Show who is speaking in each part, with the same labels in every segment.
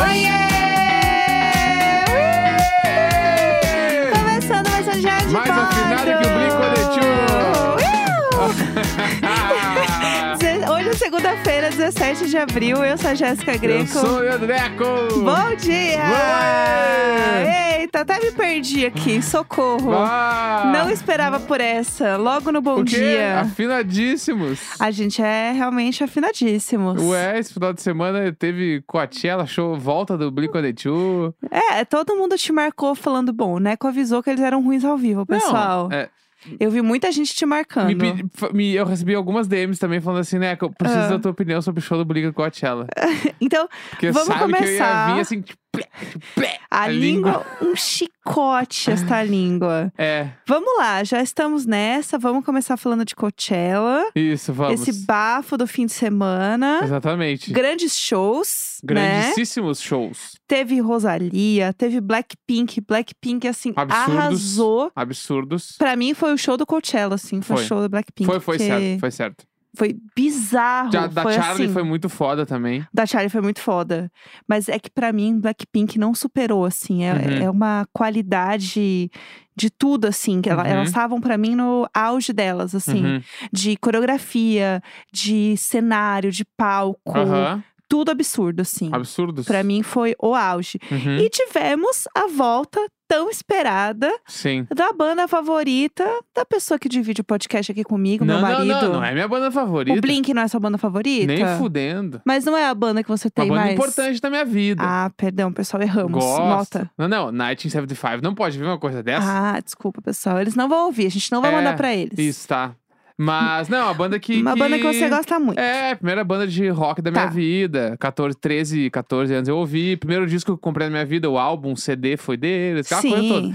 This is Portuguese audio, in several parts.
Speaker 1: um
Speaker 2: um Ah!
Speaker 1: Terça-feira, 17 é de abril, eu sou a Jéssica Greco.
Speaker 2: Eu sou o Leandro Neco.
Speaker 1: Bom dia!
Speaker 2: Ué!
Speaker 1: Eita, até me perdi aqui, socorro.
Speaker 2: Ah,
Speaker 1: Não esperava por essa, logo no bom
Speaker 2: o quê?
Speaker 1: dia.
Speaker 2: Afinadíssimos.
Speaker 1: A gente é realmente afinadíssimos.
Speaker 2: Ué, esse final de semana teve Coachella, show volta do Blink-182.
Speaker 1: É, todo mundo te marcou falando bom, né? Que avisou que eles eram ruins ao vivo, pessoal.
Speaker 2: Não, é,
Speaker 1: Eu vi muita gente te marcando.
Speaker 2: me pedi- fa- me- eu recebi algumas DMs também falando assim, né, que eu preciso
Speaker 1: Ah.
Speaker 2: da tua opinião sobre o show do Blink Coachella.
Speaker 1: Então,
Speaker 2: Porque
Speaker 1: Vamos
Speaker 2: sabe que eu ia
Speaker 1: começar.
Speaker 2: vir assim, tipo, plé, tipo, plé.
Speaker 1: a,
Speaker 2: A
Speaker 1: língua, um chicote esta língua.
Speaker 2: É,
Speaker 1: Vamos lá, já estamos nessa. Vamos começar falando de Coachella.
Speaker 2: isso, vamos.
Speaker 1: Esse bafo do fim de semana.
Speaker 2: Exatamente.
Speaker 1: Grandes shows, né?
Speaker 2: Grandíssimos shows.
Speaker 1: Teve Rosalia, teve Blackpink. Blackpink, assim,
Speaker 2: Absurdos.
Speaker 1: arrasou.
Speaker 2: Absurdos.
Speaker 1: Pra mim, foi o show do Coachella, assim. Foi, o
Speaker 2: Foi.
Speaker 1: show do Blackpink.
Speaker 2: Foi, foi
Speaker 1: porque
Speaker 2: certo, foi certo.
Speaker 1: Foi bizarro.
Speaker 2: Já, da
Speaker 1: foi
Speaker 2: Charlie
Speaker 1: assim.
Speaker 2: foi muito foda também.
Speaker 1: Da Charlie foi muito foda. Mas é que pra mim, Blackpink não superou, assim. É,
Speaker 2: Uhum.
Speaker 1: é uma qualidade de tudo, assim. Que ela-
Speaker 2: Uhum.
Speaker 1: Elas estavam, pra mim, no auge delas, assim.
Speaker 2: Uhum.
Speaker 1: De coreografia, de cenário, de palco.
Speaker 2: Aham.
Speaker 1: Tudo absurdo, assim.
Speaker 2: Absurdos.
Speaker 1: Pra mim, foi o auge.
Speaker 2: Uhum.
Speaker 1: E tivemos a volta tão esperada
Speaker 2: Sim.
Speaker 1: da banda favorita da pessoa que divide o podcast aqui comigo,
Speaker 2: não,
Speaker 1: meu marido.
Speaker 2: não, não, não é minha banda favorita.
Speaker 1: O Blink não é sua banda favorita?
Speaker 2: Nem fudendo.
Speaker 1: Mas não é a banda que você tem
Speaker 2: Uma banda
Speaker 1: mais.
Speaker 2: importante da minha vida.
Speaker 1: Ah, perdão, pessoal, erramos.
Speaker 2: Gosto.
Speaker 1: Nota.
Speaker 2: Não, não, 1975 não pode vir uma coisa dessa.
Speaker 1: Ah, desculpa, pessoal. Eles não vão ouvir, a gente não vai
Speaker 2: É,
Speaker 1: mandar pra eles.
Speaker 2: Isso, tá. Mas, não, a banda que.
Speaker 1: Uma banda que você gosta muito.
Speaker 2: É, a primeira banda de rock da
Speaker 1: Tá.
Speaker 2: minha vida. 14, 13, 14 anos eu ouvi. Primeiro disco que eu comprei na minha vida, o álbum, CD foi deles, aquela é coisa toda.
Speaker 1: Sim.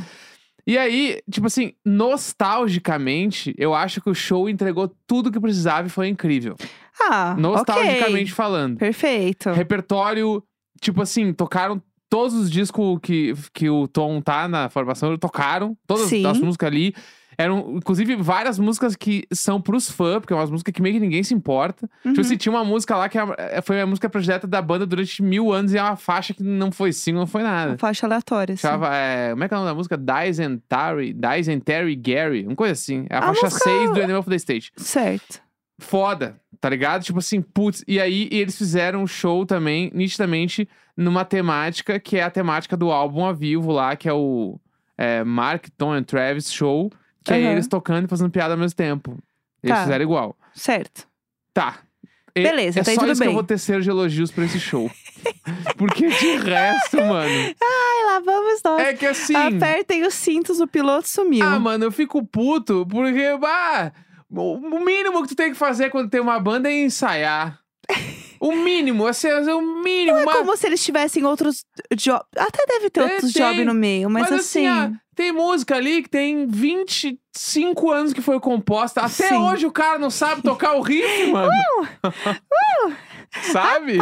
Speaker 2: E aí, tipo assim, nostalgicamente, eu acho que o show entregou tudo que precisava e foi incrível.
Speaker 1: Ah,
Speaker 2: Nostalgicamente
Speaker 1: ok. Então.
Speaker 2: falando.
Speaker 1: Perfeito.
Speaker 2: Repertório, tipo assim, tocaram todos os discos que, que o Tom tá na formação, tocaram todas
Speaker 1: Sim.
Speaker 2: as músicas ali. Eram, inclusive, várias músicas que são pros fãs, porque é umas músicas que meio que ninguém se importa.
Speaker 1: Uhum.
Speaker 2: Tipo assim, tinha uma música lá que é- foi a música predileta da banda durante mil anos e é uma faixa que não foi single, não foi nada.
Speaker 1: Uma Faixa aleatória, assim.
Speaker 2: Chava, é, como é que é o nome da música? Dies and Terry, Dies and Terry Gary, uma coisa assim. É a,
Speaker 1: A
Speaker 2: faixa
Speaker 1: música-
Speaker 2: 6 do Animal of the State.
Speaker 1: Certo.
Speaker 2: Foda, tá ligado? Tipo assim, putz. E aí eles fizeram um show também, nitidamente, numa temática que é a temática do álbum a vivo lá, que é o é, Mark, Tom and Travis Show, que
Speaker 1: Aham.
Speaker 2: é eles tocando e fazendo piada ao mesmo tempo. Eles
Speaker 1: Tá.
Speaker 2: fizeram igual.
Speaker 1: Certo.
Speaker 2: Tá. E-
Speaker 1: Beleza,
Speaker 2: é
Speaker 1: tá aí
Speaker 2: só
Speaker 1: tudo
Speaker 2: isso que
Speaker 1: bem.
Speaker 2: eu vou tecer de elogios pra esse show. Porque de resto, mano.
Speaker 1: Ai, lá vamos nós.
Speaker 2: É que assim.
Speaker 1: Apertem os cintos, o piloto sumiu.
Speaker 2: Ah, mano, eu fico puto porque, ah, o o mínimo que tu tem que fazer quando tem uma banda é ensaiar. O mínimo, assim, é o mínimo.
Speaker 1: É
Speaker 2: mas,
Speaker 1: como se eles tivessem outros jobs. Até deve ter
Speaker 2: É,
Speaker 1: outros
Speaker 2: tem.
Speaker 1: jobs no meio, mas, assim.
Speaker 2: ah, tem música ali que tem 25 anos que foi composta. Até
Speaker 1: Sim. Uh,
Speaker 2: hoje o cara não sabe tocar o riff, mano. sabe?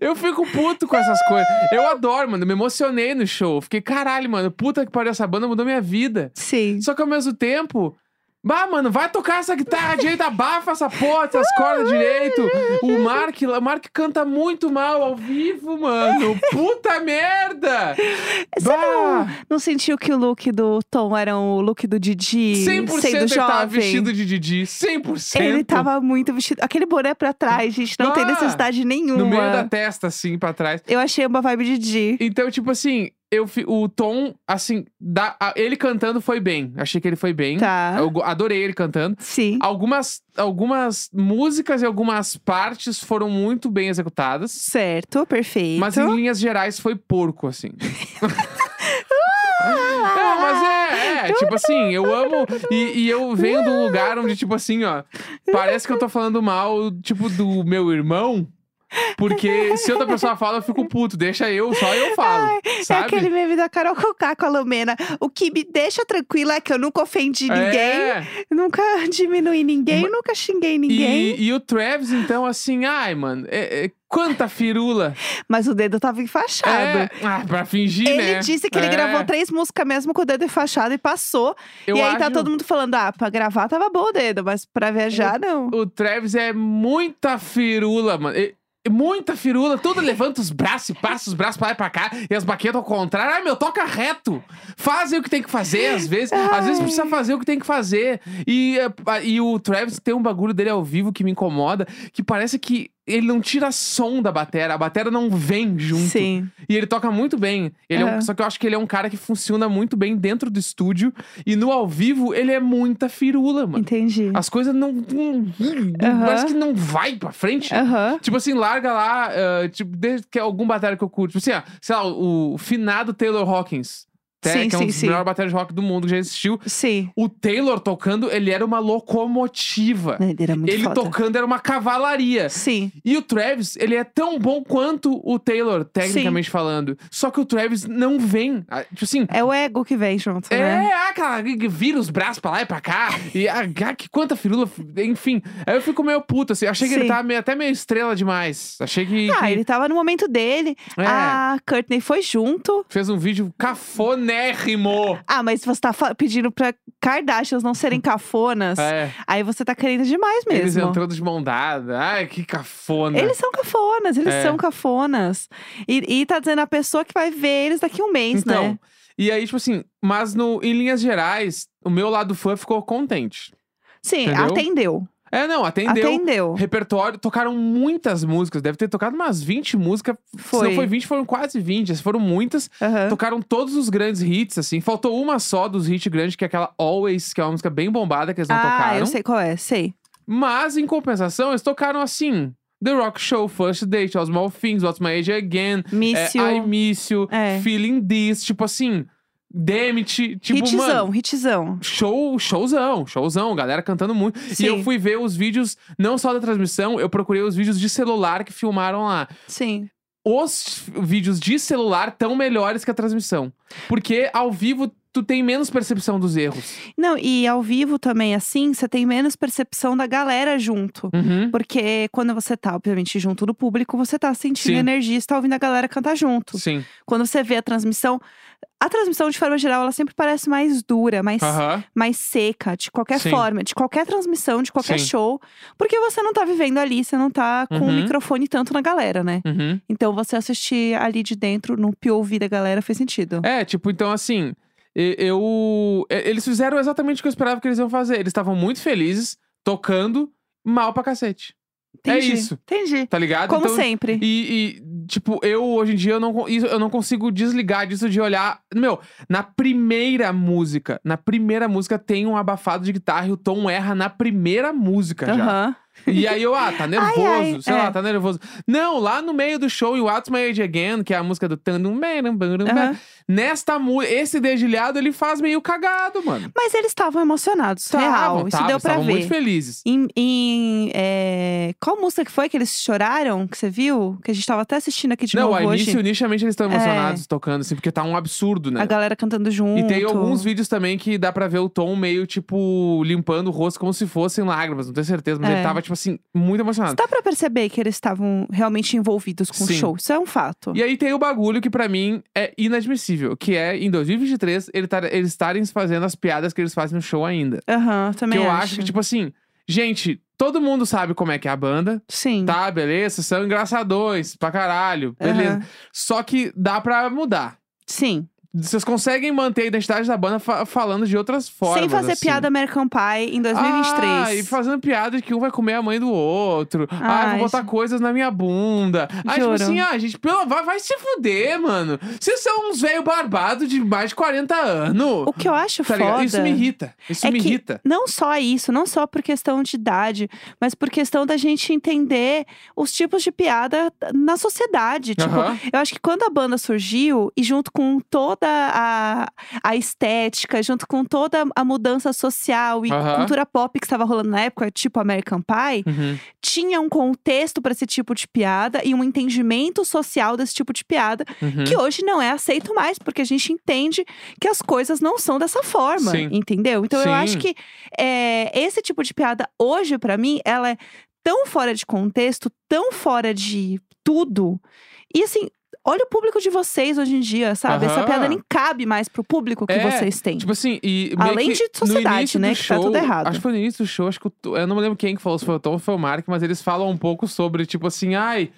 Speaker 2: Eu fico puto com essas coisas.
Speaker 1: Ah.
Speaker 2: Eu adoro, mano. Me emocionei no show. Fiquei, caralho, mano, puta que pariu, essa banda mudou minha vida.
Speaker 1: Sim.
Speaker 2: Só que ao mesmo tempo. Bah, mano, vai tocar essa guitarra direito, abafa essa porra, essas cordas direito. O Mark, o Mark canta muito mal ao vivo, mano. Puta merda!
Speaker 1: Você não,
Speaker 2: Bah,
Speaker 1: não sentiu que o look do Tom era o look do Didi
Speaker 2: 100%
Speaker 1: sendo
Speaker 2: ele tava
Speaker 1: um jovem?
Speaker 2: vestido de Didi, 100%.
Speaker 1: Ele tava muito vestido. Aquele boné pra trás, gente, não tem
Speaker 2: Ah,
Speaker 1: necessidade nenhuma.
Speaker 2: No meio da testa, assim, pra trás.
Speaker 1: Eu achei uma vibe Didi.
Speaker 2: Então, tipo assim, eu, fi- o tom, assim, da, a- ele cantando foi bem. Achei que ele foi bem.
Speaker 1: Tá.
Speaker 2: Eu go- adorei ele cantando.
Speaker 1: Sim.
Speaker 2: Ah. Algumas, algumas músicas e algumas partes foram muito bem executadas.
Speaker 1: Certo, perfeito.
Speaker 2: Mas em linhas gerais foi porco, assim.
Speaker 1: Ah,
Speaker 2: Não, mas é, é, tipo assim, eu amo. E, e eu venho de um lugar onde, tipo assim, ó, parece que eu tô falando mal, tipo, do meu irmão. Porque se outra pessoa fala, eu fico puto. Deixa eu, só eu falo.
Speaker 1: É
Speaker 2: Sabe?
Speaker 1: aquele meme da Carol Conká com a Lumena. O que me deixa tranquila é que eu nunca ofendi ninguém,
Speaker 2: É.
Speaker 1: nunca diminui ninguém, nunca xinguei ninguém.
Speaker 2: E, e o Travis, então, assim, ai, mano, é- é, quanta firula.
Speaker 1: Mas o dedo tava enfaixado.
Speaker 2: É, ah, pra fingir,
Speaker 1: Ele
Speaker 2: né?
Speaker 1: disse que ele
Speaker 2: É,
Speaker 1: gravou três músicas mesmo com o dedo fachado e passou.
Speaker 2: eu
Speaker 1: e aí tá
Speaker 2: acho-
Speaker 1: todo mundo falando: ah, pra gravar tava bom o dedo, mas pra viajar não.
Speaker 2: O Travis é muita firula, mano. E- Muita firula, tudo levanta os braços e passa os braços pra lá e pra cá, e as baquetas ao contrário. Ai, meu, toca reto. Fazem o que tem que fazer, às vezes. Às vezes precisa fazer o que tem que fazer. E, eh, e o Travis tem um bagulho dele ao vivo que me incomoda, que parece que ele não tira som da batera, a batera não vem junto.
Speaker 1: Sim.
Speaker 2: E ele toca muito bem. Ele é um-
Speaker 1: Aham.
Speaker 2: só que eu acho que ele é um cara que funciona muito bem dentro do estúdio. E no ao vivo, ele é muita firula, mano.
Speaker 1: Entendi.
Speaker 2: As coisas não. não- Parece que não vai pra frente.
Speaker 1: Aham.
Speaker 2: Tipo assim, larga lá, ah, tipo, desde que é algum batalha que eu curto. Tipo assim, ó, sei lá, o, o finado Taylor Hawkins. até,
Speaker 1: Sim,
Speaker 2: que é um
Speaker 1: sim,
Speaker 2: dos
Speaker 1: sim.
Speaker 2: melhores batalhas de rock do mundo que já existiu.
Speaker 1: Sim.
Speaker 2: O Taylor tocando, ele era uma locomotiva.
Speaker 1: Ele era É, muito
Speaker 2: É, ele
Speaker 1: foda.
Speaker 2: tocando era uma cavalaria.
Speaker 1: Sim.
Speaker 2: E o Travis, ele é tão bom quanto o Taylor, tecnicamente falando. Só que o Travis não vem. Ah, Tipo assim.
Speaker 1: É o ego que vem junto, né?
Speaker 2: É, ah, aquela que vira os braços pra lá e pra cá. E ah, ah, que quanta firula. Enfim. Aí eu fico meio puto, assim. Achei que ele
Speaker 1: Sim.
Speaker 2: tava meio- até meio estrela demais. Achei que.
Speaker 1: Ah,
Speaker 2: que-
Speaker 1: ele tá tava no momento dele.
Speaker 2: É.
Speaker 1: A Courtney foi junto.
Speaker 2: Fez um vídeo cafonérrimo.
Speaker 1: Ah, mas você tá fa- pedindo pra Kardashians não serem cafonas.
Speaker 2: É,
Speaker 1: Aí você tá querendo demais mesmo.
Speaker 2: eles entrando de mão dada. Ai, que cafona.
Speaker 1: Eles são cafonas, eles
Speaker 2: É.
Speaker 1: são cafonas. E, e tá dizendo a pessoa que vai ver eles daqui a um mês,
Speaker 2: então,
Speaker 1: né?
Speaker 2: e aí, tipo assim, mas no, em linhas gerais, o meu lado fã ficou contente.
Speaker 1: Sim,
Speaker 2: entendeu?
Speaker 1: atendeu.
Speaker 2: É, não, atendeu.
Speaker 1: Atendeu.
Speaker 2: Repertório, tocaram muitas músicas, deve ter tocado umas 20 músicas. Se
Speaker 1: Foi.
Speaker 2: não foi 20, foram quase 20, essas foram muitas.
Speaker 1: Aham.
Speaker 2: Tocaram todos os grandes hits, assim. Faltou uma só dos hits grandes, que é aquela Always, que é uma música bem bombada que eles não
Speaker 1: ah,
Speaker 2: tocaram.
Speaker 1: eu sei qual é, sei.
Speaker 2: Mas, em compensação, eles tocaram assim: The Rock Show, First Date, All Small Things, What's My Age Again, é,
Speaker 1: Mício.
Speaker 2: I Miss You,
Speaker 1: É.
Speaker 2: Feeling This, tipo assim, Demit, tipo,
Speaker 1: hitzão,
Speaker 2: mano.
Speaker 1: hitzão.
Speaker 2: Show, showzão, showzão, galera cantando muito.
Speaker 1: Sim.
Speaker 2: E eu fui ver os vídeos, não só da transmissão, eu procurei os vídeos de celular que filmaram lá.
Speaker 1: Sim.
Speaker 2: Os vídeos de celular tão melhores que a transmissão. Porque ao vivo tu tem menos percepção dos erros.
Speaker 1: Não, e ao vivo também, assim, você tem menos percepção da galera junto.
Speaker 2: Uhum.
Speaker 1: Porque quando você tá, obviamente, junto do público, você tá sentindo
Speaker 2: Sim.
Speaker 1: energia, você tá ouvindo a galera cantar junto.
Speaker 2: Sim.
Speaker 1: Quando você vê a transmissão, a transmissão, de forma geral, ela sempre parece mais dura, mais,
Speaker 2: Aham.
Speaker 1: mais seca, de qualquer
Speaker 2: Sim.
Speaker 1: forma, de qualquer transmissão, de qualquer
Speaker 2: Sim.
Speaker 1: show. Porque você não tá vivendo ali, você não tá com o
Speaker 2: Uhum.
Speaker 1: microfone tanto na galera, né?
Speaker 2: Uhum.
Speaker 1: Então você assistir ali de dentro, no POV da galera, fez sentido.
Speaker 2: É, tipo, então assim, e- eu. e- Eles fizeram exatamente o que eu esperava que eles iam fazer. Eles estavam muito felizes, tocando mal pra cacete.
Speaker 1: Entendi.
Speaker 2: É isso,
Speaker 1: Entendi.
Speaker 2: tá ligado?
Speaker 1: Como
Speaker 2: então,
Speaker 1: sempre.
Speaker 2: E, e, tipo, eu hoje em dia eu não, con- isso- eu não consigo desligar disso de olhar. Meu, na primeira música, na primeira música tem um abafado de guitarra e o tom erra na primeira música já.
Speaker 1: Aham.
Speaker 2: E aí eu, ah, tá nervoso,
Speaker 1: Ai, ai,
Speaker 2: sei lá,
Speaker 1: é.
Speaker 2: tá nervoso. Não, lá no meio do show, em What's My Age Again, que é a música do Tandum Meram, Barum,
Speaker 1: Aham.
Speaker 2: Nesta música, esse dedilhado ele faz meio cagado, mano.
Speaker 1: Mas eles estavam emocionados, real.
Speaker 2: Estavam,
Speaker 1: Isso
Speaker 2: tavam,
Speaker 1: deu pra
Speaker 2: estavam
Speaker 1: ver.
Speaker 2: muito felizes.
Speaker 1: Em, em, é, qual música que foi que eles choraram? Que você viu? Que a gente tava até assistindo aqui de
Speaker 2: não,
Speaker 1: novo
Speaker 2: a
Speaker 1: hoje.
Speaker 2: início, inicialmente eles estão
Speaker 1: Tipo, um É.
Speaker 2: emocionados tocando, assim, porque tá um absurdo, né?
Speaker 1: A galera cantando junto.
Speaker 2: E tem alguns vídeos também que dá pra ver o tom meio, tipo, limpando o rosto como se fossem lágrimas, não tenho certeza, mas
Speaker 1: É.
Speaker 2: ele tava, tipo assim, muito emocionado.
Speaker 1: Dá pra perceber que eles estavam realmente envolvidos com
Speaker 2: Sim.
Speaker 1: o show. Isso é um fato.
Speaker 2: E aí tem o bagulho que pra mim é inadmissível, que é em 2023 ele tá- eles estarem fazendo as piadas que eles fazem no show ainda.
Speaker 1: Aham, também
Speaker 2: que eu
Speaker 1: acho.
Speaker 2: acho que, tipo assim, gente, todo mundo sabe como é que é a banda,
Speaker 1: Sim.
Speaker 2: Tá, beleza, são engraçadões pra caralho, beleza.
Speaker 1: Uhum. Aham.
Speaker 2: Só que dá pra mudar.
Speaker 1: Sim.
Speaker 2: Vocês conseguem manter a identidade da banda fa- falando de outras formas.
Speaker 1: Sem fazer
Speaker 2: assim.
Speaker 1: piada American Pie em 2023.
Speaker 2: Ah, e fazendo piada de que um vai comer a mãe do outro. Ah,
Speaker 1: Ai,
Speaker 2: vou botar
Speaker 1: gente.
Speaker 2: coisas na minha bunda. Ah, tipo
Speaker 1: Juro.
Speaker 2: assim, ah, gente, pelo... vai, vai se fuder, mano. Vocês são uns um velho barbado de mais de 40 anos.
Speaker 1: O que eu acho
Speaker 2: Tá ligado?
Speaker 1: foda.
Speaker 2: Isso me irrita. Isso
Speaker 1: é
Speaker 2: me
Speaker 1: que
Speaker 2: irrita.
Speaker 1: Não só isso, não só por questão de idade, mas por questão da gente entender os tipos de piada na sociedade. Tipo,
Speaker 2: Aham.
Speaker 1: eu acho que quando a banda surgiu, e junto com toda a, a estética, junto com toda a mudança social e
Speaker 2: Aham.
Speaker 1: cultura pop que estava rolando na época, tipo American Pie,
Speaker 2: Uhum.
Speaker 1: tinha um contexto para esse tipo de piada e um entendimento social desse tipo de piada,
Speaker 2: Uhum.
Speaker 1: que hoje não é aceito mais, porque a gente entende que as coisas não são dessa forma,
Speaker 2: Sim.
Speaker 1: entendeu? Então
Speaker 2: Sim.
Speaker 1: eu acho que é, esse tipo de piada hoje, pra mim, ela é tão fora de contexto, tão fora de tudo. E assim, olha o público de vocês hoje em dia, sabe? Essa
Speaker 2: Aham.
Speaker 1: piada nem cabe mais pro público que
Speaker 2: É,
Speaker 1: vocês têm.
Speaker 2: Tipo assim, e meio
Speaker 1: Além
Speaker 2: que
Speaker 1: de
Speaker 2: no
Speaker 1: sociedade,
Speaker 2: início
Speaker 1: né,
Speaker 2: do
Speaker 1: que tá
Speaker 2: show,
Speaker 1: tudo errado.
Speaker 2: Acho que foi no início do show, acho que o Tom- eu não me lembro quem que falou, se foi o Tom ou foi o Mark, mas eles falam um pouco sobre, tipo assim, ai.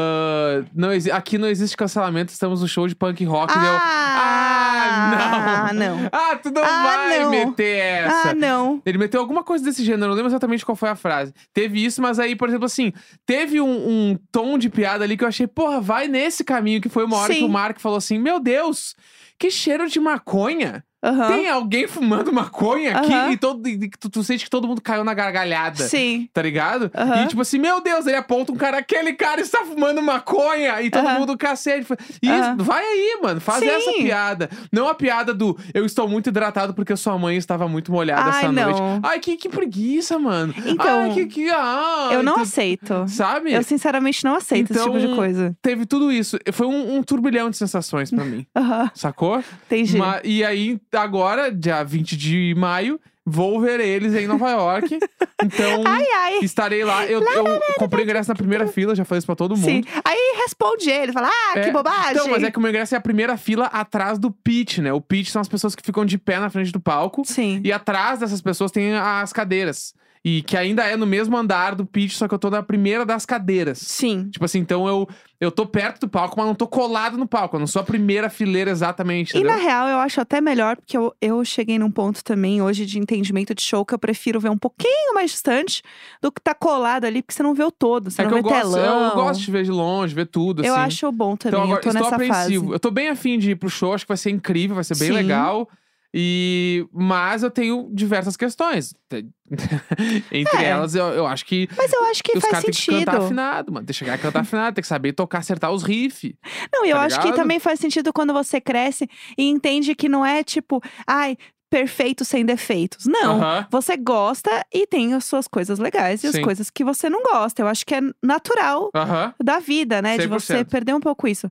Speaker 2: ah, não exi- aqui não existe cancelamento, estamos no show de punk rock. daí eu,
Speaker 1: Ah,
Speaker 2: Ah,
Speaker 1: não.
Speaker 2: ah, tu não
Speaker 1: Ah,
Speaker 2: vai
Speaker 1: não.
Speaker 2: meter essa.
Speaker 1: Ah, não.
Speaker 2: Ele meteu alguma coisa desse gênero, não lembro exatamente qual foi a frase. Teve isso, mas aí, por exemplo, assim, teve um, um tom de piada ali que eu achei, porra, vai nesse caminho, que foi uma hora
Speaker 1: Sim.
Speaker 2: que o Mark falou assim: Meu Deus, que cheiro de maconha!
Speaker 1: Aham.
Speaker 2: Tem alguém fumando maconha aqui?
Speaker 1: Aham.
Speaker 2: E, todo, e tu, tu sente que todo mundo caiu na gargalhada.
Speaker 1: Sim.
Speaker 2: Tá ligado?
Speaker 1: Aham.
Speaker 2: E tipo assim, meu Deus, ele aponta um cara, aquele cara está fumando maconha. E todo
Speaker 1: Aham.
Speaker 2: mundo, cacete. fa- E
Speaker 1: Aham.
Speaker 2: isso- vai aí, mano, faz
Speaker 1: Sim.
Speaker 2: essa piada. Não a piada do eu estou muito hidratado porque sua mãe estava muito molhada
Speaker 1: Ai,
Speaker 2: essa noite.
Speaker 1: não.
Speaker 2: Ai, que, que preguiça, mano.
Speaker 1: Então,
Speaker 2: Ai, que, que, ah,
Speaker 1: Eu não
Speaker 2: ent-
Speaker 1: aceito.
Speaker 2: Sabe?
Speaker 1: Eu sinceramente não aceito esse
Speaker 2: Então-
Speaker 1: tipo de coisa.
Speaker 2: Teve tudo isso. Foi um, um turbilhão de sensações pra mim,
Speaker 1: Aham.
Speaker 2: sacou?
Speaker 1: Entendi.
Speaker 2: Ma- e aí, agora, dia 20 de maio, vou ver eles em Nova York. Então,
Speaker 1: Ai, ai.
Speaker 2: estarei lá. Eu, eu comprei o ingresso na primeira fila, já falei isso pra todo mundo.
Speaker 1: Sim. Aí responde ele, fala, ah,
Speaker 2: um É,
Speaker 1: que bobagem.
Speaker 2: Então, mas é que o meu ingresso é a primeira fila atrás do pit, né? O pit são as pessoas que ficam de pé na frente do palco.
Speaker 1: Sim.
Speaker 2: E atrás dessas pessoas tem as cadeiras. E que ainda é no mesmo andar do pit, só que eu tô na primeira das cadeiras.
Speaker 1: Sim.
Speaker 2: Tipo assim, então eu, eu tô perto do palco, mas não tô colado no palco. Eu não sou a primeira fileira exatamente,
Speaker 1: E na
Speaker 2: entendeu?
Speaker 1: real, eu acho até melhor, porque eu, eu cheguei num ponto também hoje de entendimento de show que eu prefiro ver um pouquinho mais distante do que tá colado ali, porque você não vê o todo, você
Speaker 2: é
Speaker 1: não
Speaker 2: que eu
Speaker 1: vê
Speaker 2: gosto,
Speaker 1: telão.
Speaker 2: eu gosto de ver de longe, ver tudo,
Speaker 1: Eu
Speaker 2: assim.
Speaker 1: acho bom também,
Speaker 2: Então agora
Speaker 1: eu tô
Speaker 2: estou
Speaker 1: nessa
Speaker 2: apreensivo.
Speaker 1: fase.
Speaker 2: Eu tô bem afim de ir pro show, acho que vai ser incrível, vai ser bem
Speaker 1: Sim.
Speaker 2: legal. E mas eu tenho diversas questões. Te- Entre
Speaker 1: É.
Speaker 2: elas, eu, eu acho que
Speaker 1: Mas eu acho que
Speaker 2: os
Speaker 1: faz
Speaker 2: caras têm que
Speaker 1: sentido.
Speaker 2: cantar afinado, mano. Tem que chegar a cantar afinado, tem que saber tocar, acertar os riffs.
Speaker 1: Não, e eu
Speaker 2: tá
Speaker 1: acho que
Speaker 2: ligado?
Speaker 1: também faz sentido quando você cresce e entende que não é tipo, ai, perfeito sem defeitos. Não. Você gosta e tem as suas coisas legais e as
Speaker 2: Sim.
Speaker 1: coisas que você não gosta. Eu acho que é natural
Speaker 2: Aham.
Speaker 1: da vida, né? De você
Speaker 2: 100%.
Speaker 1: perder um pouco isso.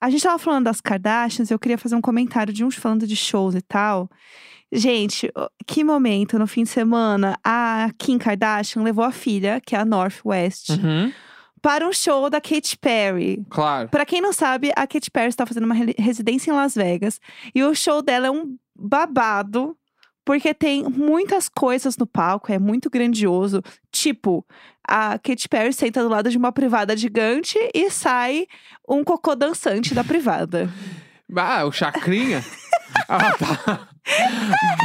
Speaker 1: A gente tava falando das Kardashians, eu queria fazer um comentário de uns falando de shows e tal. Gente, o- que momento no fim de semana a Kim Kardashian levou a filha, que é a Northwest,
Speaker 2: Uhum.
Speaker 1: para um show da Katy Perry.
Speaker 2: Claro.
Speaker 1: Pra quem não sabe, a Katy Perry está fazendo uma re- residência em Las Vegas e o show dela é um babado. Porque tem muitas coisas no palco, é muito grandioso. Tipo, a Katy Perry senta do lado de uma privada gigante e sai um cocô dançante da privada.
Speaker 2: Ah, o Chacrinha. ah, tá.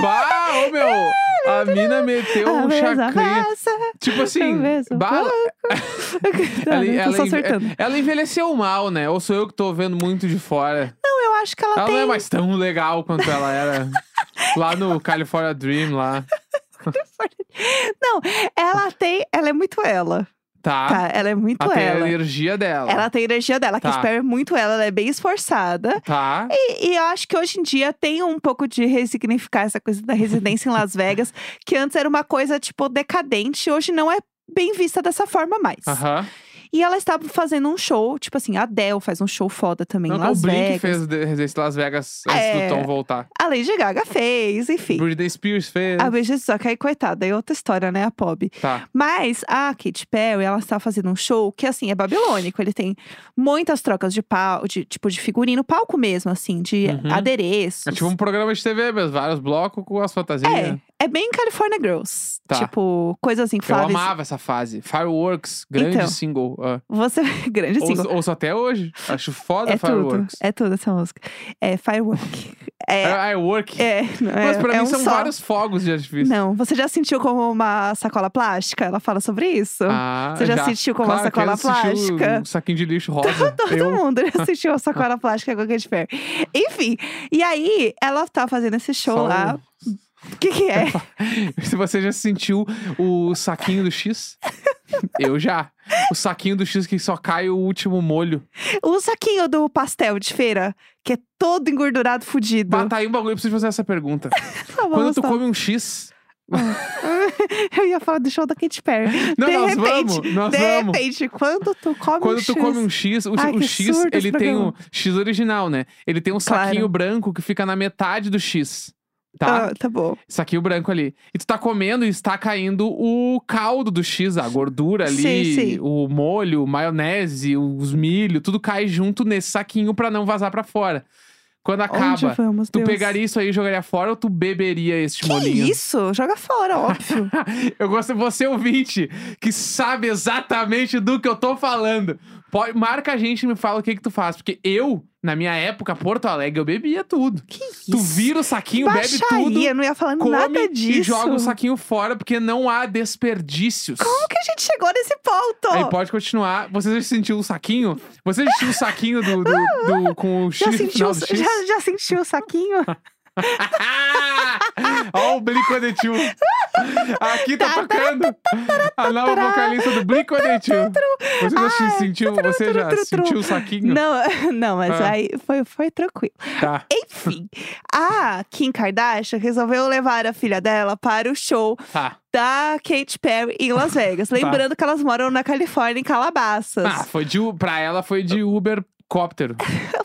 Speaker 2: Bah, ô meu! A mina meteu um chacrinha. Tipo assim,
Speaker 1: mesmo.
Speaker 2: bah,
Speaker 1: ela, não, Tá, né? tô só
Speaker 2: enve- é,
Speaker 1: acertando.
Speaker 2: ela envelheceu mal, né? Ou sou eu que tô vendo muito de fora?
Speaker 1: Não, eu acho que ela,
Speaker 2: Ela
Speaker 1: tem.
Speaker 2: não é mais tão legal quanto ela era lá no California Dream, lá.
Speaker 1: Não,
Speaker 2: é
Speaker 1: ela tem. Ela é muito ela.
Speaker 2: Tá.
Speaker 1: Tá, ela é muito
Speaker 2: Até
Speaker 1: ela.
Speaker 2: a energia dela.
Speaker 1: Ela tem a energia dela. A
Speaker 2: Tá.
Speaker 1: Katy Perry é muito ela, ela é bem esforçada.
Speaker 2: Tá.
Speaker 1: E, e eu acho que hoje em dia tem um pouco de ressignificar essa coisa da residência em Las Vegas, que antes era uma coisa, tipo, decadente, hoje não é bem vista dessa forma mais.
Speaker 2: Aham.
Speaker 1: E ela estava fazendo um show, tipo assim, a Adele faz um show foda também em
Speaker 2: Não, O
Speaker 1: Las
Speaker 2: Blink
Speaker 1: Vegas.
Speaker 2: fez de- Residência em Las Vegas antes
Speaker 1: É.
Speaker 2: do Tom voltar.
Speaker 1: A Lady Gaga fez, enfim.
Speaker 2: Britney Spears fez.
Speaker 1: A Britney só que aí, coitada, é outra história, né, a Pob.
Speaker 2: Tá.
Speaker 1: Mas a Katy Perry, ela está fazendo um show que, assim, é babilônico. Ele tem muitas trocas de pau, de, tipo, de figurino, palco mesmo, assim, de
Speaker 2: Uhum.
Speaker 1: adereços.
Speaker 2: É tipo um programa de TV mesmo. Vários blocos com as fantasias.
Speaker 1: É, é bem California Girls.
Speaker 2: Tá.
Speaker 1: Tipo, coisas
Speaker 2: Eu
Speaker 1: infláveis.
Speaker 2: amava essa fase. Fireworks, grande
Speaker 1: Então.
Speaker 2: single. Ah.
Speaker 1: Você. Grande single.
Speaker 2: Ouço, ouço até hoje. Acho foda
Speaker 1: É tudo.
Speaker 2: Fireworks.
Speaker 1: É tudo essa música. É Firework. É.
Speaker 2: I work.
Speaker 1: é, não é
Speaker 2: Mas pra
Speaker 1: é
Speaker 2: mim
Speaker 1: um
Speaker 2: são
Speaker 1: só.
Speaker 2: vários fogos de artifício.
Speaker 1: Não, você já sentiu como uma sacola plástica? Ela fala sobre isso?
Speaker 2: Ah,
Speaker 1: Você já assistiu com uma
Speaker 2: Claro, quem
Speaker 1: sacola
Speaker 2: assistiu
Speaker 1: plástica?
Speaker 2: Um saquinho de lixo rosa.
Speaker 1: Todo
Speaker 2: eu...
Speaker 1: mundo já assistiu a sacola plástica com a Katy Perry. Enfim, e aí ela tá fazendo esse show
Speaker 2: Só
Speaker 1: lá. O que, que é?
Speaker 2: Se você já sentiu o saquinho do X, eu já. O saquinho do X que só cai o último molho.
Speaker 1: o saquinho do pastel de feira, que é todo engordurado, fudido.
Speaker 2: Bah, tá aí um bagulho, eu preciso fazer essa pergunta.
Speaker 1: Tá bom,
Speaker 2: Quando tu
Speaker 1: Gustavo.
Speaker 2: come um X.
Speaker 1: Eu ia falar do show da Katy Perry.
Speaker 2: Não,
Speaker 1: de
Speaker 2: nós
Speaker 1: repente,
Speaker 2: vamos, nós
Speaker 1: de
Speaker 2: vamos.
Speaker 1: repente, quando tu come um
Speaker 2: Quando tu
Speaker 1: X,
Speaker 2: come um X, o,
Speaker 1: Ai,
Speaker 2: o
Speaker 1: que
Speaker 2: X,
Speaker 1: surdo esse
Speaker 2: ele tem um
Speaker 1: programa.
Speaker 2: X original, né? Ele tem um
Speaker 1: Claro.
Speaker 2: saquinho branco que fica na metade do X. Tá?
Speaker 1: Ah, tá bom.
Speaker 2: Saquinho branco ali. E tu tá comendo e está caindo o caldo do X, a gordura ali,
Speaker 1: Sim, sim.
Speaker 2: o molho, maionese, os milho, tudo cai junto nesse saquinho pra não vazar pra fora. Quando acaba,
Speaker 1: Onde vamos,
Speaker 2: tu
Speaker 1: Deus?
Speaker 2: pegaria isso aí e jogaria fora ou tu beberia este
Speaker 1: Que
Speaker 2: molinho?
Speaker 1: isso? Joga fora, óbvio.
Speaker 2: Eu gosto de você, é ouvinte, que sabe exatamente do que eu tô falando. Pode, marca a gente e me fala o que que tu faz. Porque eu, na minha época, Porto Alegre, eu bebia tudo.
Speaker 1: que isso?
Speaker 2: Tu vira o saquinho, bebe tudo,
Speaker 1: Baixaria, não ia falando
Speaker 2: come
Speaker 1: nada disso.
Speaker 2: e joga o saquinho fora, porque não há desperdícios.
Speaker 1: Como que a gente chegou nesse ponto?
Speaker 2: Aí pode continuar. Você já sentiu o saquinho? Você já sentiu o saquinho do, do- do- com o X
Speaker 1: já,
Speaker 2: no
Speaker 1: sentiu,
Speaker 2: final
Speaker 1: o-
Speaker 2: do X?
Speaker 1: já, já sentiu o saquinho?
Speaker 2: Olha o Blink-182. Aqui tá tocando
Speaker 1: tá,
Speaker 2: a nova vocalista do Blink-182. Você já
Speaker 1: tá,
Speaker 2: se sentiu, você já
Speaker 1: tru, tru, tru.
Speaker 2: sentiu o saquinho?
Speaker 1: tá, não, não, mas
Speaker 2: Ah.
Speaker 1: aí foi, foi tranquilo.
Speaker 2: Tá.
Speaker 1: Enfim, a Kim Kardashian resolveu levar a filha dela para o show
Speaker 2: tá.
Speaker 1: da Katy Perry em Las Vegas. Lembrando que elas moram na Califórnia, em Calabasas.
Speaker 2: Ah, foi de, U- pra ela foi de Ubercóptero.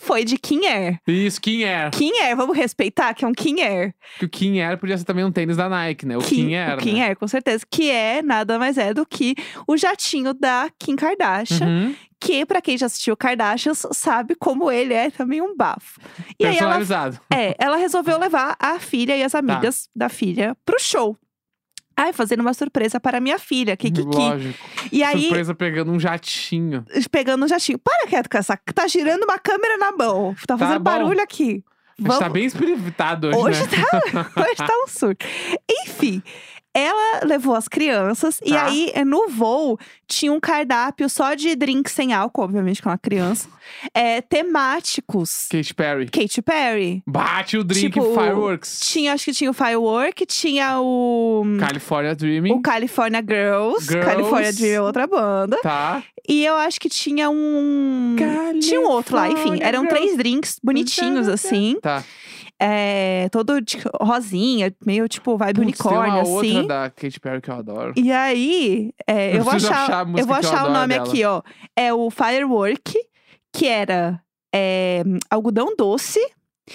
Speaker 1: Foi de Kim Air.
Speaker 2: Isso, Kim Air.
Speaker 1: Kim Air, vamos respeitar que é um Kim Air.
Speaker 2: Que o Kim Air podia ser também um tênis da Nike, né? O Kim,
Speaker 1: Kim,
Speaker 2: Air.
Speaker 1: o Kim
Speaker 2: né?
Speaker 1: Air, com certeza. Que é nada mais é do que o jatinho da Kim Kardashian.
Speaker 2: Uhum.
Speaker 1: Que, pra quem já assistiu Kardashians, sabe como ele é também um bafo. E aí ela
Speaker 2: Personalizado.
Speaker 1: É, ela resolveu levar a filha e as
Speaker 2: Tá.
Speaker 1: amigas da filha pro show. Ai, fazendo uma surpresa para minha filha, Kikiki.
Speaker 2: Lógico.
Speaker 1: E aí,
Speaker 2: Surpresa pegando um jatinho.
Speaker 1: pegando um jatinho. Para quieto com essa. Tá girando uma câmera na mão. Tá
Speaker 2: Tá
Speaker 1: fazendo
Speaker 2: bom.
Speaker 1: barulho aqui.
Speaker 2: A gente tá
Speaker 1: Vamos-
Speaker 2: bem espiritado hoje,
Speaker 1: Hoje,
Speaker 2: né?
Speaker 1: tá, hoje tá um surto. Enfim, ela levou as crianças e
Speaker 2: Tá.
Speaker 1: aí eh, no voo tinha um cardápio só de drinks sem álcool, obviamente, que é uma criança, eh, temáticos.
Speaker 2: Katy Perry.
Speaker 1: Katy Perry.
Speaker 2: Bate o drink
Speaker 1: Tipo,
Speaker 2: Fireworks.
Speaker 1: Tinha, acho que tinha o Firework, tinha o.
Speaker 2: California Dreaming.
Speaker 1: O California Girls,
Speaker 2: Girls.
Speaker 1: California Dream é outra banda.
Speaker 2: Tá.
Speaker 1: E eu acho que tinha um. Tinha um outro lá, enfim. Eram três drinks bonitinhos, assim.
Speaker 2: Tá.
Speaker 1: É, todo de rosinha, meio tipo vibe
Speaker 2: Putz,
Speaker 1: unicórnio,
Speaker 2: tem uma
Speaker 1: assim.
Speaker 2: outra da Katy Perry que eu adoro.
Speaker 1: E aí, é, eu,
Speaker 2: Eu
Speaker 1: vou
Speaker 2: preciso
Speaker 1: achar,
Speaker 2: achar a música
Speaker 1: eu vou
Speaker 2: que eu
Speaker 1: achar o
Speaker 2: adoro
Speaker 1: nome
Speaker 2: dela.
Speaker 1: aqui, ó. É o Firework, que era é, algodão doce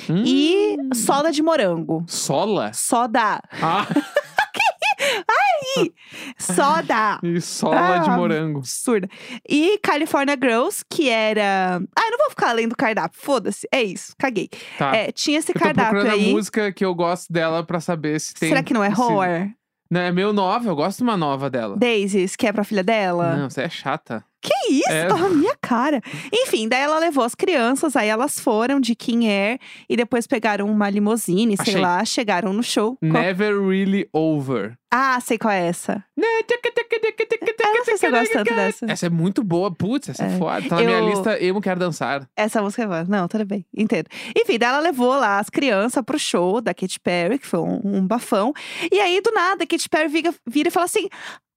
Speaker 2: Hum,
Speaker 1: e soda de morango.
Speaker 2: Sola?
Speaker 1: Soda.
Speaker 2: Ah,
Speaker 1: Soda.
Speaker 2: e sola
Speaker 1: Ah,
Speaker 2: de morango.
Speaker 1: Absurda. E California Girls, que era. Ah, eu não vou ficar além do cardápio. Foda-se. É isso, caguei.
Speaker 2: Tá.
Speaker 1: É, tinha esse
Speaker 2: eu tô
Speaker 1: cardápio
Speaker 2: procurando
Speaker 1: aí.
Speaker 2: a música que eu gosto dela pra saber se tem.
Speaker 1: Será que não é
Speaker 2: se-
Speaker 1: Horror?
Speaker 2: Não, é meio nova, eu gosto de uma nova dela.
Speaker 1: Daisies, que é pra filha dela?
Speaker 2: Não, você é chata.
Speaker 1: Que isso?
Speaker 2: É.
Speaker 1: Tá na minha cara. Enfim, daí ela levou as crianças, aí elas foram de King Air e depois pegaram uma limusine, sei
Speaker 2: Achei. Né?
Speaker 1: lá, chegaram no show. Qual-
Speaker 2: Never Really Over.
Speaker 1: Ah, sei qual é essa.
Speaker 2: Eu
Speaker 1: Eu não sei se eu gosto tanto dessa.
Speaker 2: Essa é muito boa, putz, essa é, foda. Tá na minha
Speaker 1: Eu-
Speaker 2: lista, eu não quero dançar.
Speaker 1: Essa música é boa. Não, tudo bem, entendo. Enfim, daí ela levou lá as crianças pro show da Katy Perry, que foi um, um bafão. E aí, do nada, a Katy Perry vira, vira e fala assim: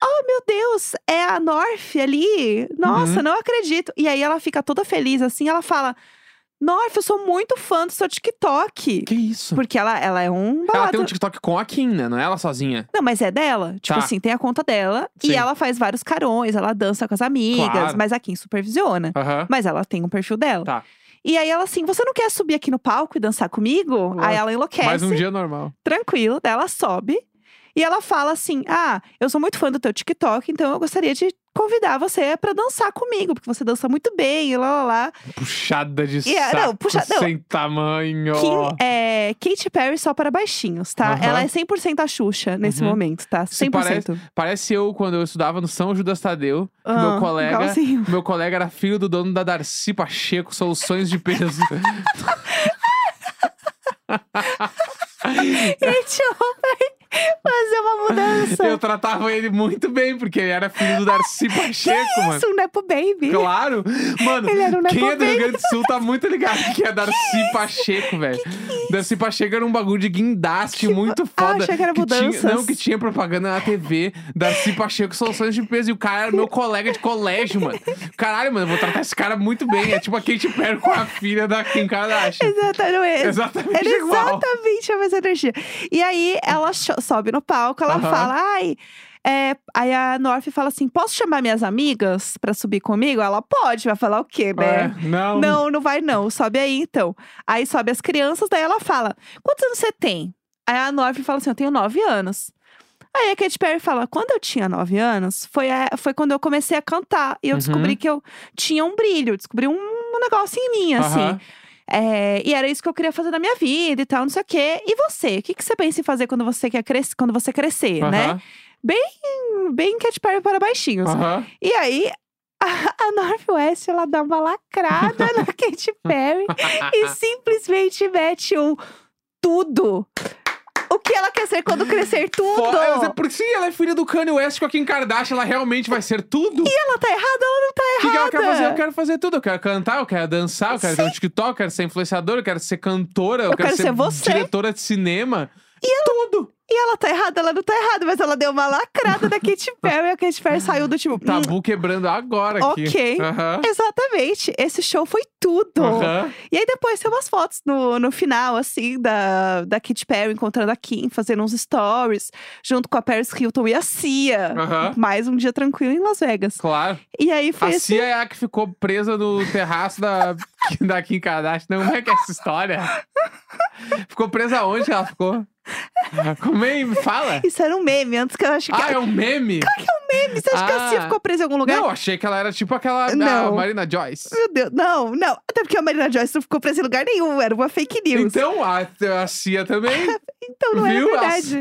Speaker 1: Oh, meu Deus, é a North ali? Nossa,
Speaker 2: Uhum.
Speaker 1: não acredito. E aí ela fica toda feliz assim, ela fala: North, eu sou muito fã do seu TikTok.
Speaker 2: Que isso?
Speaker 1: Porque ela, ela é um
Speaker 2: Ela tem
Speaker 1: babado.
Speaker 2: um TikTok com a Kim, né? Não é ela sozinha.
Speaker 1: Não, mas é dela. Tipo
Speaker 2: Tá.
Speaker 1: assim, tem a conta dela.
Speaker 2: Sim.
Speaker 1: E ela faz vários carões, ela dança com as amigas.
Speaker 2: Claro.
Speaker 1: Mas a Kim supervisiona.
Speaker 2: Aham.
Speaker 1: Mas ela tem um perfil dela.
Speaker 2: Tá.
Speaker 1: E aí ela assim, você não quer subir aqui no palco e dançar comigo?
Speaker 2: Ué.
Speaker 1: Aí ela
Speaker 2: Mais
Speaker 1: enlouquece,
Speaker 2: um dia normal.
Speaker 1: tranquilo. Daí ela sobe. E ela fala assim, ah, eu sou muito fã do teu TikTok. Então eu gostaria de convidar você pra dançar comigo. Porque você dança muito bem, e lá, lá, lá.
Speaker 2: Puxada de
Speaker 1: E, ah,
Speaker 2: saco
Speaker 1: não, puxa- não.
Speaker 2: sem tamanho.
Speaker 1: Kim é Katy Perry só para baixinhos, tá?
Speaker 2: Aham.
Speaker 1: Ela é 100% a Xuxa nesse
Speaker 2: Uhum.
Speaker 1: momento, tá? 100%.
Speaker 2: Se parece- Parece eu quando eu estudava no São Judas Tadeu. meu
Speaker 1: Ah,
Speaker 2: colega-
Speaker 1: igualzinho.
Speaker 2: Meu colega era filho do dono da Darcy Pacheco, soluções de peso.
Speaker 1: Gente, eu vou fazer uma mudança.
Speaker 2: eu tratava ele muito bem, porque ele era filho do Darcy Pacheco, mano.
Speaker 1: Isso, um Nepo Baby.
Speaker 2: Claro! Mano,
Speaker 1: Ele era um
Speaker 2: quem
Speaker 1: Nepo
Speaker 2: é do Rio Grande do Sul tá muito ligado que é Darcy Pacheco, velho.
Speaker 1: é
Speaker 2: Darcy Pacheco era um bagulho de guindaste muito foda.
Speaker 1: Tipo, ah, achei que era
Speaker 2: tinha,
Speaker 1: mudanças.
Speaker 2: Não, que tinha propaganda na TV. Darcy Pacheco, soluções de peso. E o cara era meu colega de colégio, mano. Caralho, mano, eu vou tratar esse cara muito bem. É tipo a Katy Perry com a filha da Kim Kardashian.
Speaker 1: Exatamente. não é-
Speaker 2: Exatamente
Speaker 1: Era
Speaker 2: igual.
Speaker 1: exatamente a mesma energia. E aí, ela cho- sobe no palco, ela
Speaker 2: Aham.
Speaker 1: fala, ai... é", aí a North fala assim, posso chamar minhas amigas pra subir comigo? Ela pode, vai falar o quê, né?
Speaker 2: É, não.
Speaker 1: Não, não vai não, sobe aí então. Aí sobe as crianças, daí ela fala, quantos anos você tem? Aí a North fala assim, eu tenho nove anos. Aí a Katy Perry fala, quando eu tinha nove anos, foi, a- foi quando eu comecei a cantar. E eu
Speaker 2: Uhum.
Speaker 1: descobri que eu tinha um brilho, descobri um, um negócio em mim, assim.
Speaker 2: Aham.
Speaker 1: É, e era isso que eu queria fazer da minha vida e tal, não sei o quê. E você? O que, que você pensa em fazer quando você quer crescer, quando você crescer, né?
Speaker 2: Aham,
Speaker 1: Bem, bem Cat Perry para baixinhos.
Speaker 2: aham.
Speaker 1: E aí, a, a Northwest, ela dá uma lacrada na Katy Perry e simplesmente mete um tudo. O que ela quer ser quando crescer tudo?
Speaker 2: Fo- é, mas é porque se ela é filha do Kanye West com a Kim Kardashian, ela realmente vai ser tudo? O
Speaker 1: Ela tá errada, ela não tá
Speaker 2: que, que ela
Speaker 1: errada.
Speaker 2: quer fazer? Eu quero fazer tudo. Eu quero cantar, eu quero dançar, eu quero ter um TikTok, eu quero ser influenciadora, eu quero ser cantora, eu,
Speaker 1: Eu quero ser você.
Speaker 2: diretora de cinema. Tudo!
Speaker 1: E ela tá errada, ela não tá errada, mas ela deu uma lacrada na Katy Perry. A Katy Perry saiu do tipo. "Hum,
Speaker 2: Tabu quebrando agora aqui.
Speaker 1: Ok.
Speaker 2: Aham.
Speaker 1: Exatamente, esse show foi tudo.
Speaker 2: Aham.
Speaker 1: E aí depois tem umas fotos no, no final, assim, da, da Katy Perry encontrando a Kim, fazendo uns stories, junto com a Paris Hilton e a Cia.
Speaker 2: Aham.
Speaker 1: Mais um dia tranquilo em Las Vegas.
Speaker 2: Claro.
Speaker 1: E aí foi
Speaker 2: A
Speaker 1: esse-
Speaker 2: Cia é a que ficou presa no terraço da, da Kim Kardashian. Não, como é que é essa história? Ficou presa onde que ela ficou? Como é? Me Fala.
Speaker 1: Isso era um meme, antes que eu acho que.
Speaker 2: Ah, é um meme?
Speaker 1: meme. Você acha que a Cia
Speaker 2: Ah.
Speaker 1: ficou presa em algum lugar?
Speaker 2: Não, achei que ela era tipo aquela da
Speaker 1: Não.
Speaker 2: Marina Joyce.
Speaker 1: Meu Deus, não, não. Até porque a Marina Joyce não ficou presa em lugar nenhum, era uma fake news.
Speaker 2: Então, a, a Cia também.
Speaker 1: Então não
Speaker 2: Viu?
Speaker 1: era verdade.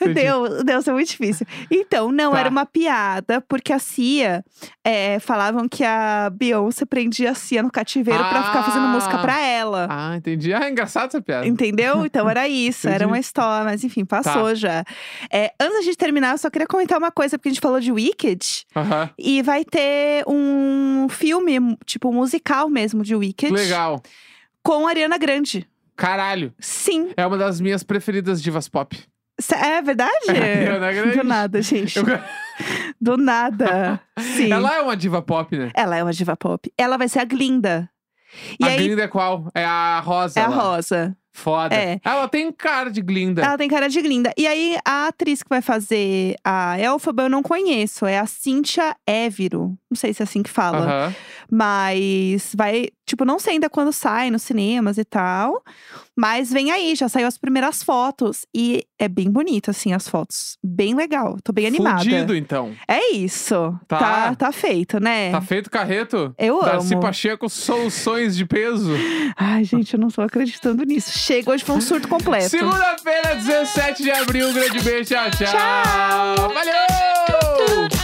Speaker 2: Entendi.
Speaker 1: Deus, Deus, é muito difícil. Então, não,
Speaker 2: Tá.
Speaker 1: era uma piada, porque a Cia é, falavam que a Beyoncé prendia a Cia no cativeiro pra ficar fazendo
Speaker 2: Ah.
Speaker 1: música pra ela.
Speaker 2: Ah, entendi. Ah, é engraçado essa piada.
Speaker 1: Entendeu? Então era isso, era
Speaker 2: Entendi. Tá.
Speaker 1: uma história, mas enfim, passou já. É, antes da gente terminar, eu só queria comentar uma coisa, porque a gente falou de Wicked
Speaker 2: Aham.
Speaker 1: e vai ter um filme, tipo, musical mesmo de Wicked
Speaker 2: Legal.
Speaker 1: com a Ariana Grande.
Speaker 2: Caralho.
Speaker 1: Sim.
Speaker 2: É uma das minhas preferidas divas pop.
Speaker 1: Cê- É verdade?
Speaker 2: Ariana Grande.
Speaker 1: Do nada, gente.
Speaker 2: Eu-
Speaker 1: Do nada. Sim.
Speaker 2: Ela é uma diva pop, né?
Speaker 1: Ela é uma diva pop. Ela vai ser a Glinda. E
Speaker 2: a
Speaker 1: aí
Speaker 2: Glinda é qual? É a Rosa.
Speaker 1: é a
Speaker 2: lá. É.
Speaker 1: Rosa.
Speaker 2: Foda.
Speaker 1: É.
Speaker 2: Ela tem um cara de Glinda.
Speaker 1: Ela tem cara de Glinda. E aí a atriz que vai fazer a Elfaba eu não conheço. É a Cynthia Éviro. Não sei se é assim que fala.
Speaker 2: Aham.
Speaker 1: Mas vai, tipo, não sei ainda quando sai nos cinemas e tal. Mas vem aí, já saiu as primeiras fotos. E é bem bonito, assim, as fotos. Bem legal. Tô bem animada.
Speaker 2: Fudido, então.
Speaker 1: É isso.
Speaker 2: Tá.
Speaker 1: Tá, tá feito, né?
Speaker 2: Tá feito carreto?
Speaker 1: Eu
Speaker 2: Darcy
Speaker 1: amo.
Speaker 2: Pacheco, soluções de peso.
Speaker 1: Ai, gente, eu não tô acreditando nisso. Chega, hoje foi um surto completo.
Speaker 2: Segunda-feira, 17 de abril. Um grande beijo. Tchau, tchau. Valeu!